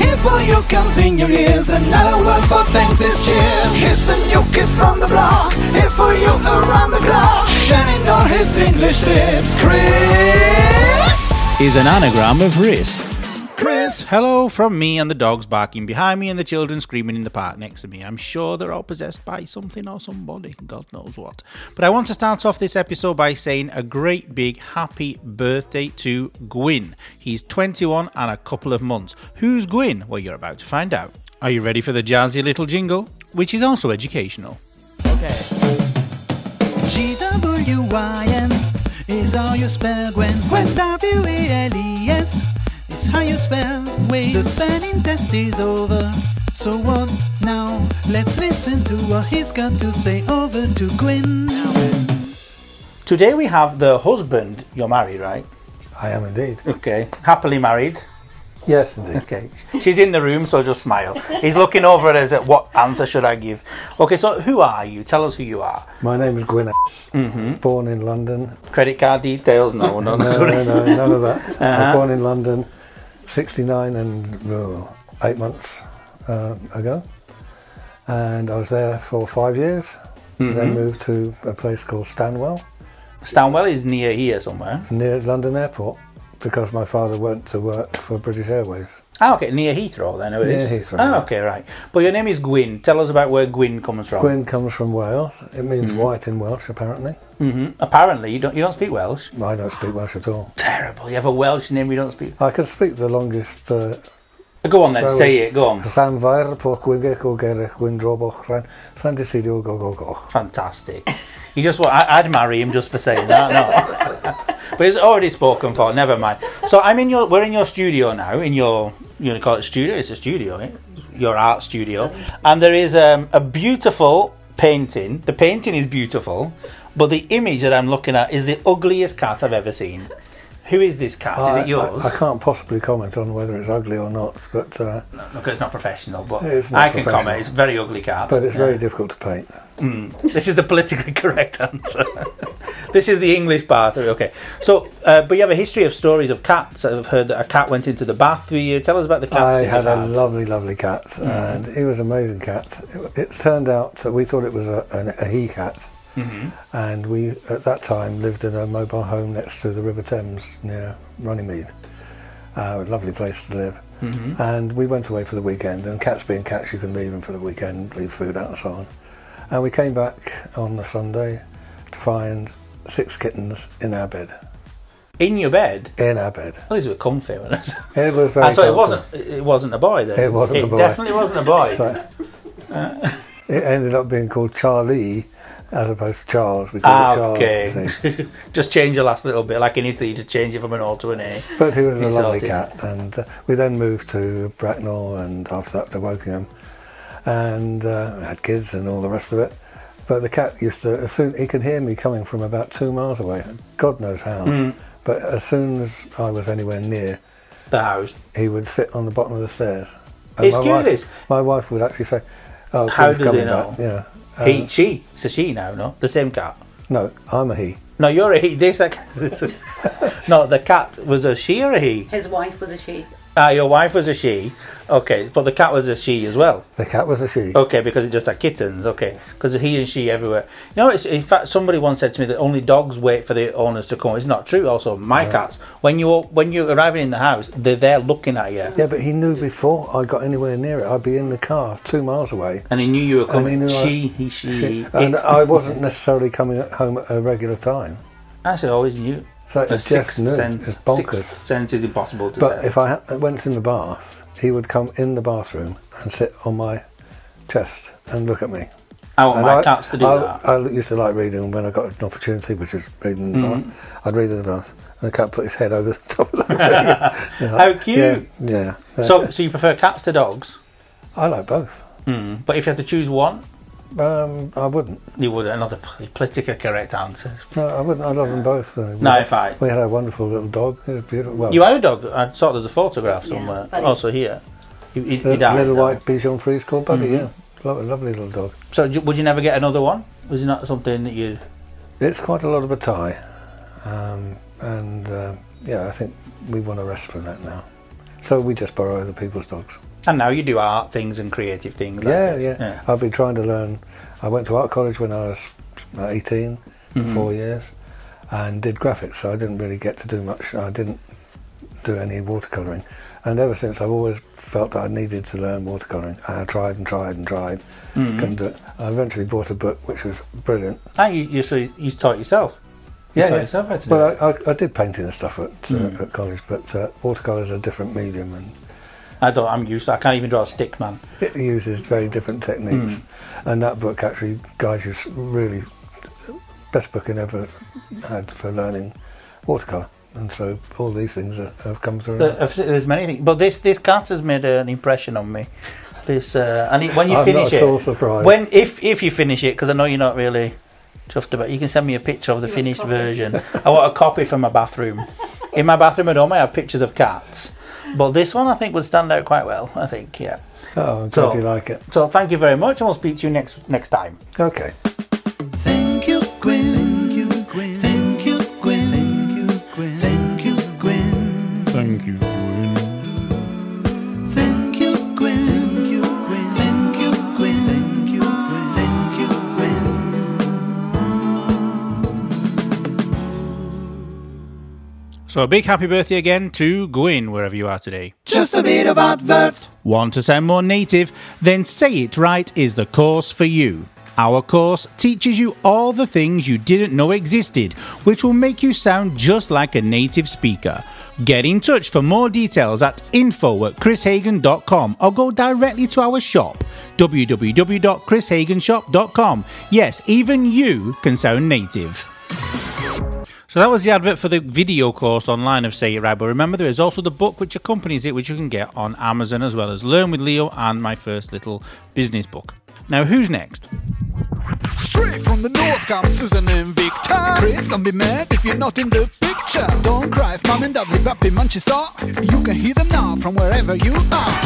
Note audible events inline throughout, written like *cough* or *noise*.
Here for you comes in your ears. Another word for thanks is cheers. Here's the new kid from the block. Here for you around the clock. Shining all his English tips. Chris. is an anagram of risk. Chris, hello from me and the dogs barking behind me and the children screaming in the park next to me. I'm sure they're all possessed by something or somebody, God knows what. But I want to start off this episode by saying a great big happy birthday to Gwyn. He's 21 and a couple of months. Who's Gwyn? Well, you're about to find out. Are you ready for the jazzy little jingle, which is also educational? G-W-Y-N is how you spell Gwen. Gwen W-A-L-E-S E is how you spell Wait, The spelling test is over. So what now? Let's listen to what he's got to say over to Gwen. Today we have the husband. You're married, right? I am indeed. Okay. Happily married. Yes, indeed. Okay. She's in the room, so just smile. He's looking over at us at what answer should I give. Okay, so who are you? Tell us who you are. My name is Gwyn. Mm-hmm. Born in London. Credit card details? No, no, No, no. no, no, none of that. I was born in London, 69 and uh, eight months uh, ago. And I was there for five years. Then moved to a place called Stanwell, Stanwell is near here somewhere. near London Airport, because my father went to work for British Airways. Ah, okay, near Heathrow then. it is. Near Heathrow, Ah, yeah. okay, right. But your name is Gwyn. Tell us about where Gwyn comes from. Gwyn comes from Wales. It means white in Welsh, apparently. hmm Apparently, you don't, you don't speak Welsh. I don't speak Welsh at all. Terrible. You have a Welsh name you don't speak. I can speak the longest uh, Go on then, Well, say it. Go on. Llanfair, Porthwygech, o Gerech, Gwynrob, Ochlan, Llandyseidio, Gogogoch. Fantastic. You just want, I, I'd marry him just for saying that, no. *laughs* but it's already spoken for, never mind. So I'm in your, we're in your studio now, in your, you want to call it studio? It's a studio, eh? your art studio. And there is um, a beautiful painting. The painting is beautiful, but the image that I'm looking at is the ugliest cat I've ever seen. Who is this cat? Is Oh, I, it yours? I, I can't possibly comment on whether it's ugly or not, but uh, Look, it's not professional, but It's not I can professional. comment. It's a very ugly cat. but it's Yeah. very difficult to paint. This is the politically *laughs* correct answer. this is the English part. of it, Okay. So, uh, but you have a history of stories of cats. I've heard that a cat went into the bath with you. Tell us about the Mm. cats. I that you had a lovely, lovely cat, and he was an amazing cat. It, it turned out that we thought it was a, an, a he cat, Mm-hmm. and we at that time lived in a mobile home next to the River Thames near Runnymede. Uh, a lovely place to live. Mm-hmm. And we went away for the weekend, and cats being cats, you can leave them for the weekend, leave food out and so on. And we came back on the Sunday to find six kittens in our bed. in your bed. In our bed. At least it was comfy. Wasn't *laughs* it? It was very And so it comfortable. wasn't. It wasn't a boy then. It wasn't a boy. Definitely wasn't a boy. So- Uh. it ended up being called Charlie as opposed to Charles. We called Ah, it Charles. you okay. see. *laughs* Just change the last little bit, like in Italy, to change it from an O to an A. But he was a He's lovely sorted. cat, and uh, we then moved to Bracknell, and after that to Wokingham, and uh, had kids and all the rest of it. But the cat used to, as soon he could hear me coming from about two miles away, God knows how. Hmm. But as soon as I was anywhere near, The house. he would sit on the bottom of the stairs. And It's my curious. Wife, my wife would actually say, "Oh, How he's does he coming know? Back. Yeah. Uh, he, she. It's a she now. No, the same cat. No, I'm a he. No, you're a he. This. I- this *laughs* no, the cat was a she or a he. His wife was a she. Ah, your wife was a she. Okay, but the cat was a she as well. The cat was a she. Okay, because it just had kittens. Okay, because he and she everywhere. You know, it's, in fact, somebody once said to me that only dogs wait for the owners to come. It's not true. Also, my cats, when you when you're arriving in the house, they're there looking at you, Yeah, but he knew before I got anywhere near it, I'd be in the car two miles away. and he knew you were And he coming. knew I- she, he, she, She- it. and I wasn't necessarily coming at home at a regular time. Actually, I always knew. So A it's just sixth no, sense. it's bonkers. Sixth sense is impossible to But say. if I ha- went in the bath, he would come in the bathroom and sit on my chest and look at me. I want and my I, cats to do I, that. I used to like reading when I got an opportunity, which is reading in the Mm. bath. I'd read in the bath, and the cat put his head over the *laughs* top *laughs* of the How cute! Yeah, yeah. So, so you prefer cats to dogs? I like both. Mm. But if you had to choose one, Um, I wouldn't. you would another p- politically correct answer. No, I wouldn't. I love them both. Though. We No, had- if I- We had a wonderful little dog. He was beautiful. Well, You had a dog. I saw there's a photograph Yeah, somewhere. Buddy. also here. He, he, the he died. Uh, little white Bichon Frise called Buddy. Mhm. Yeah, Lo- lovely little dog. So d- would you never get another one? Was it not something that you? It's quite a lot of a tie, um, and uh, yeah, I think we want to rest from that now. So we just borrow other people's dogs. And now you do art things and creative things. like Yeah, this. yeah, I've been trying to learn. I went to art college when I was 18, for Mhm. four years, and did graphics, so I didn't really get to do much. I didn't do any watercolouring. And ever since, I've always felt that I needed to learn watercolouring. And I tried and tried and tried. Mm-hmm. Couldn't do it. uh, I eventually bought a book, which was brilliant. And Mm-hmm. Ah, you, you, so you taught yourself. You Yeah, taught yeah. yourself how to do it. Well, I, I, I did painting and stuff at, uh, Mm. at college, but uh, watercolours are a different medium and I don't. I'm used. To, I can't even draw a stick man. it uses very different techniques. Mm. And that book actually guides you s- really, best book I ever had for learning watercolour. And so all these things are, have come through. There- I've seen- There's many things, but this this cat has made an impression on me. This uh, and it, when you I'm finish not at all it, surprised. when if if you finish it, because I know you're not really chuffed about. it, You can send me a picture of the You want a finished copy? version. I want a copy for my bathroom. In my bathroom at home, I have pictures of cats, but this one I think would stand out quite well. I think, yeah. oh, I'm glad So- you like it. So thank you very much, and we'll speak to you next next time. Okay. Thank you, Gwen. Thank you, Gwen. Thank you, Gwen. Thank you, Gwen. Thank Thank you, Gwen. you. Thank you, Gwen. Thank you, Gwen. Thank you, Gwen. Thank you, Gwen. Thank you, Gwen. So a big happy birthday again to Gwyn, wherever you are today. Just a bit of adverts. Want to sound more native? Then Say It Right is the course for you. Our course teaches you all the things you didn't know existed, which will make you sound just like a native speaker. Get in touch for more details at info at chrishagan.com or go directly to our shop, www.chrishaganshop.com. Yes, even you can sound native. So that was the advert for the video course online of Say It Right. But remember, there is also the book which accompanies it, which you can get on Amazon as well as Learn with Leo and my first little business book. Now, who's next? Straight from the north come Susan and Victor. Chris, don't be mad if you're not in the picture. Don't cry if mom and dad live up in Manchester. You can hear them now from wherever you are.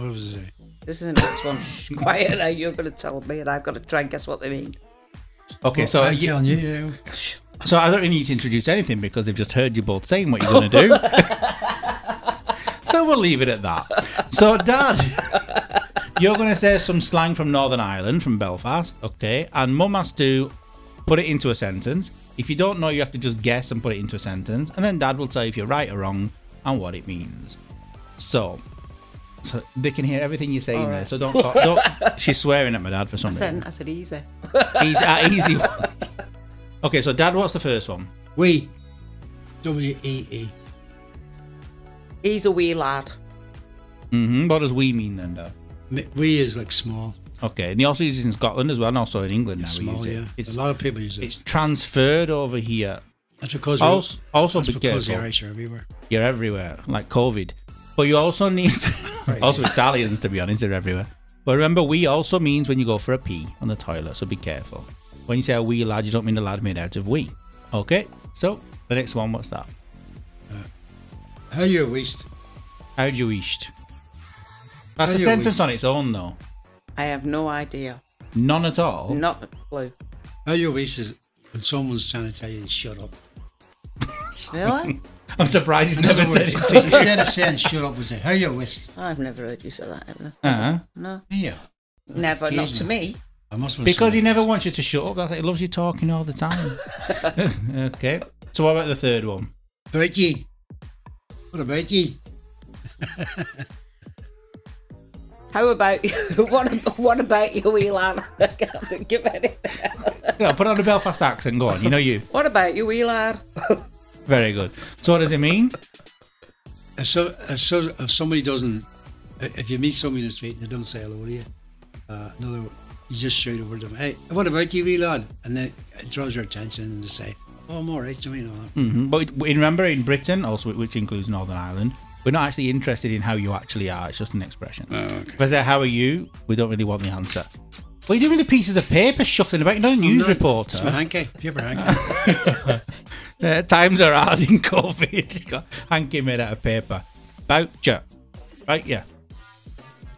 This is the next one. *laughs* Shh, quiet now. You're going to tell me, and I've got to try and guess what they mean. Okay, so I'm telling you. so I don't really need to introduce anything because they've just heard you both saying what you're going to do. so we'll leave it at that. So, Dad, you're going to say some slang from Northern Ireland, from Belfast, okay? And Mum has to put it into a sentence. If you don't know, you have to just guess and put it into a sentence, and then Dad will tell you if you're right or wrong and what it means. So. So they can hear everything you're saying there. So don't, don't. She's swearing at my dad for some I reason. said, I said easy. Easy, uh, easy *laughs* ones. Okay, so Dad, what's the first one? We. W E E. He's a wee lad. Mm-hmm. What does we mean then, Dad? M- We is like small. Okay, and he also uses it in Scotland as well, and also in England now. small, he yeah. uses it. It's, a lot of people use it. it's transferred over here. That's because Also, also that's be because the careful. Irish are everywhere. You're everywhere, like COVID. But you also need *laughs* also Italians, to be honest, are everywhere. But remember, we also means when you go for a pee on the toilet, so be careful. When you say a wee lad, you don't mean a lad made out of wee. Okay, so the next one, what's that? How you waste? How do you east? That's How a you sentence east? on its own, though. I have no idea. None at all. Not a clue. How you waste is when someone's trying to tell you to *laughs* shut up. Really? I'm surprised he's In never other said words, it to you. Instead of saying shut up, we say how you waste. I've never heard you say that ever. Uh-huh. No. Yeah. Never. Not to occasionally. me. I must have Because he said- never wants you to shut up. That's it. He loves you talking all the *laughs* time. okay. So what about the third one? About ye. What about ye? How about you? *laughs* What, ab- what about you, wee lad? *laughs* I can't think of anything. No, put on a Belfast accent. Go on. You know you. What about you, wee lad? Very good. So what does it mean? If, so, if, so, if somebody doesn't, if you meet somebody in the street and they don't say hello to you, uh, in other words, you just shout over to them, hey, what about you, wee lad? And then it draws your attention and they say, oh, I'm all right, you know. hmm But in, remember in Britain, also which includes Northern Ireland, We're not actually interested in how you actually are. It's just an expression. Oh, okay. If I say, how are you? We don't really want the answer. What are you doing with the pieces of paper shuffling about? You're not a news reporter. It's my hanky, paper hanky. Uh, times are hard in COVID. *laughs* You got hanky made out of paper. Voucher. Right, yeah.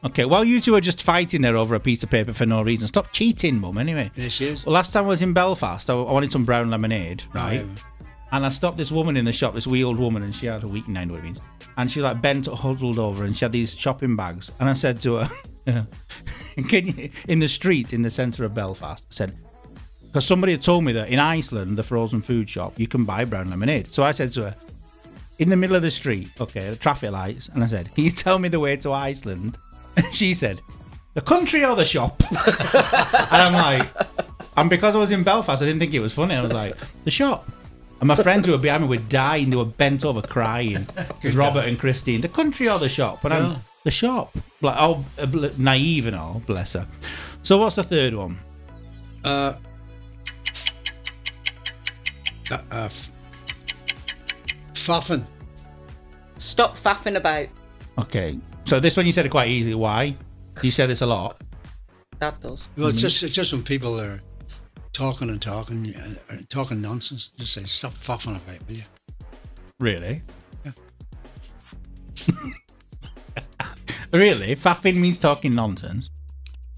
Okay, while you two are just fighting there over a piece of paper for no reason, stop cheating, mum, anyway. *laughs* there she is. Well, last time I was in Belfast, I I wanted some brown lemonade, right? Right. And I stopped this woman in the shop, this wee old woman, and she had a weak nine, what it means. And she like bent, huddled over, and she had these shopping bags. And I said to her, *laughs* "Can you in the street in the centre of Belfast?" I said, because somebody had told me that in Iceland, the frozen food shop, you can buy brown lemonade. So I said to her, "In the middle of the street, okay, the traffic lights," and I said, "Can you tell me the way to Iceland?" *laughs* And she said, "The country or the shop?" *laughs* and I'm like, and because I was in Belfast, I didn't think it was funny. I was like, the shop. And my friends who were behind me were dying. They were bent over crying. It was Robert and Christine, the country or the shop? And I'm Yeah. the shop. Like, oh, uh, bl- naive and all, bless her. So what's the third one? Uh, uh, uh, f- faffing. Stop faffing about. Okay. So this one you said it quite easy. Why? You say this a lot. That does. Well, Hmm. it's just it's just when people are talking and talking, uh, uh, talking nonsense. Just say stop faffing about, will you? *laughs* Really? really? Faffing means talking nonsense.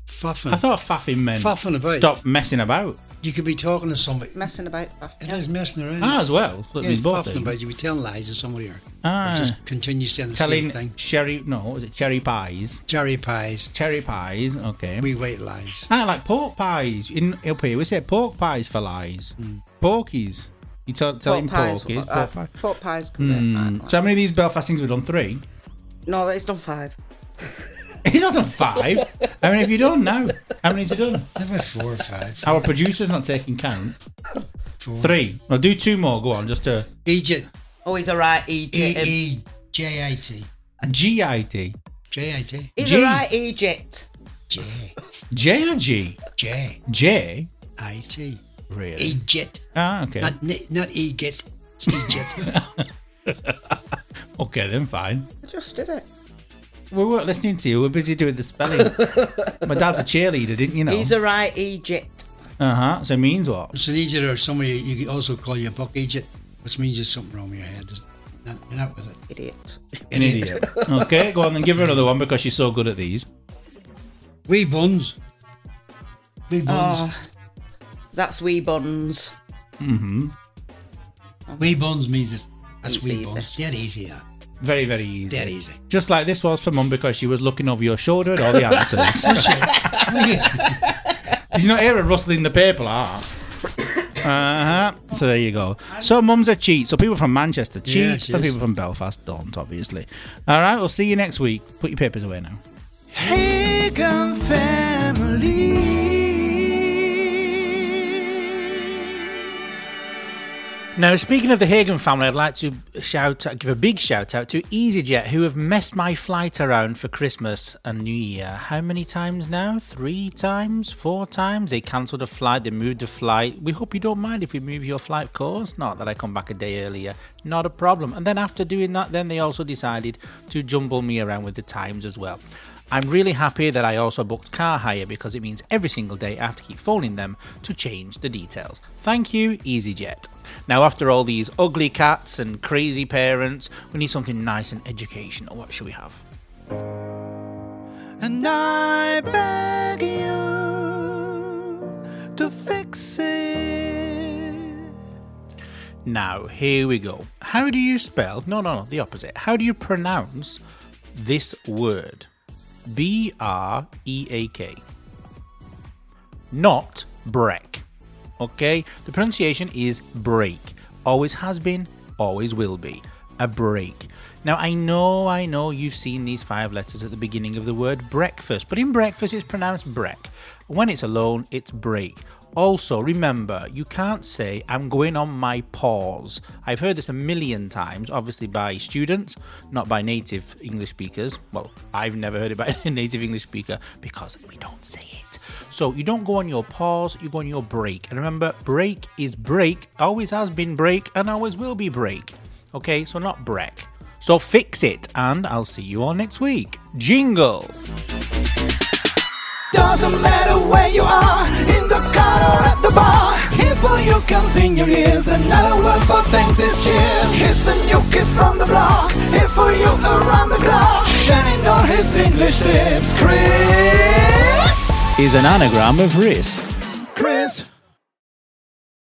Faffing. I thought faffing meant Faffing about. stop messing about. You could be talking to somebody. Messing about. faffing. It is messing around. Ah, as well. So it yeah, means both faffing things. about. You be telling lies to somebody or, Ah. or just continue saying the telling same thing. cherry no what was it cherry pies Cherry pies. cherry pies okay We wait lies. I like pork pies in up here we say pork pies for lies Hmm. porkies you tell, tell him porkies uh, pork pies. Hmm, pork pies come in. so how many of these Belfast things we've done three No, it's done five. *laughs* he's not done five how many have you done now how many have you done *laughs* Never four or five. our producer's not taking count Four. three I'll do two more go on just a Egypt. Oh, he's alright Egypt. E E J I T. G-I-T J I T. he's G. alright Egypt. J J or G J J I T. really Egypt. ah okay Not ni- not Egypt. It's E Egypt. *laughs* okay then fine I just did it. We weren't listening to you. We're busy doing the spelling. *laughs* My dad's a cheerleader, didn't you know? He's alright Egypt. uh huh. So it means what? it's an Egypt or somebody you could also call your buck Egypt, which means there's something wrong with your head. There's- Not, you're not with it. Idiot. An idiot. okay, go on then. Give her another one because she's so good at these. Wee buns. Wee buns. Oh, that's wee buns. Wee buns means it. That's It's wee easy. buns. Dead easy, that. Very, very easy. Dead easy. Just like this was for mum because she was looking over your shoulder at all the *laughs* answers. Did you not hear her rustling the paper? Ah. Uh huh. So there you go. So mum's a cheat. So people from Manchester cheat. Yeah, she some is. people from Belfast don't, obviously. All right. We'll see you next week. Put your papers away now. Hagen family. Now, speaking of the Hagen family, I'd like to shout, give a big shout out to EasyJet, who have messed my flight around for Christmas and New Year. How many times now? Three times? Four times? They cancelled a flight, they moved a flight. We hope you don't mind if we move your flight, of course. Not that I come back a day earlier. Not a problem. And then after doing that, then they also decided to jumble me around with the times as well. I'm really happy that I also booked car hire because it means every single day I have to keep phoning them to change the details. Thank you, EasyJet. Now, after all these ugly cats and crazy parents, we need something nice and educational. What should we have? And I beg you to fix it. Now, here we go. How do you spell? No, no, no, the opposite. How do you pronounce this word? B R E A K. Not break. Okay? The pronunciation is break. Always has been, always will be. A break. Now, I know, I know you've seen these five letters at the beginning of the word breakfast, but in breakfast it's pronounced brek. When it's alone, it's break. Also, remember, you can't say, I'm going on my pause. I've heard this a million times, obviously by students, not by native English speakers. Well, I've never heard it by *laughs* a native English speaker because we don't say it. So you don't go on your pause, you go on your break. And remember, break is break, always has been break, and always will be break. Okay, so not break. So fix it, and I'll see you all next week. Jingle! Doesn't matter where you are, in the car or at the bar. Here for you comes in your ears. Another word for thanks is cheers. Here's the new kid from the block. Here for you around the clock. Shining all his English tips. Chris Is an anagram of risk.